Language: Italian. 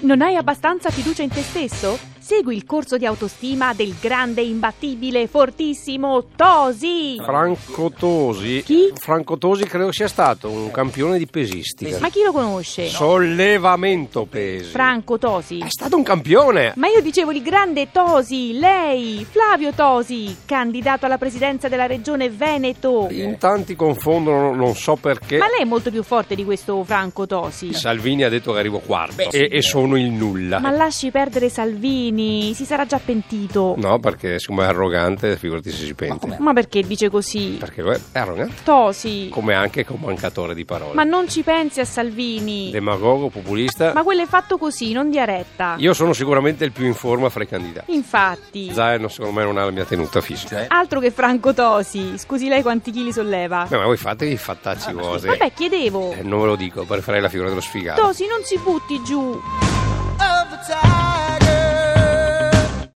Non hai abbastanza fiducia in te stesso? Segui il corso di autostima del grande, imbattibile, fortissimo Tosi! Franco Tosi. Chi? Franco Tosi credo sia stato un campione di pesistica. Ma chi lo conosce? Sollevamento pesi. Franco Tosi. È stato un campione. Ma io dicevo il grande Tosi, lei, Flavio Tosi, candidato alla presidenza della regione Veneto. In tanti confondono, non so perché. Ma lei è molto più forte di questo Franco Tosi. Salvini ha detto che arrivo quarto e, e sono il nulla. Ma lasci perdere Salvini, si sarà già pentito. No, perché siccome è arrogante, figurati se si pente. Ma perché dice così? Perché lo è è arrogante. Tosi. Come anche mancatore di parole. Ma non ci pensi a Salvini. Demagogo, populista. Ma quello è fatto così, non di retta. Io sono sicuramente il più in forma fra i candidati. Infatti. Zaino secondo me non ha la mia tenuta fisica. Altro che Franco Tosi. Scusi lei quanti chili solleva. No, ma voi fatevi i fattacci vostri. Vabbè, chiedevo. Eh, non ve lo dico, per fare la figura dello sfigato. Tosi, non si butti giù. of the time.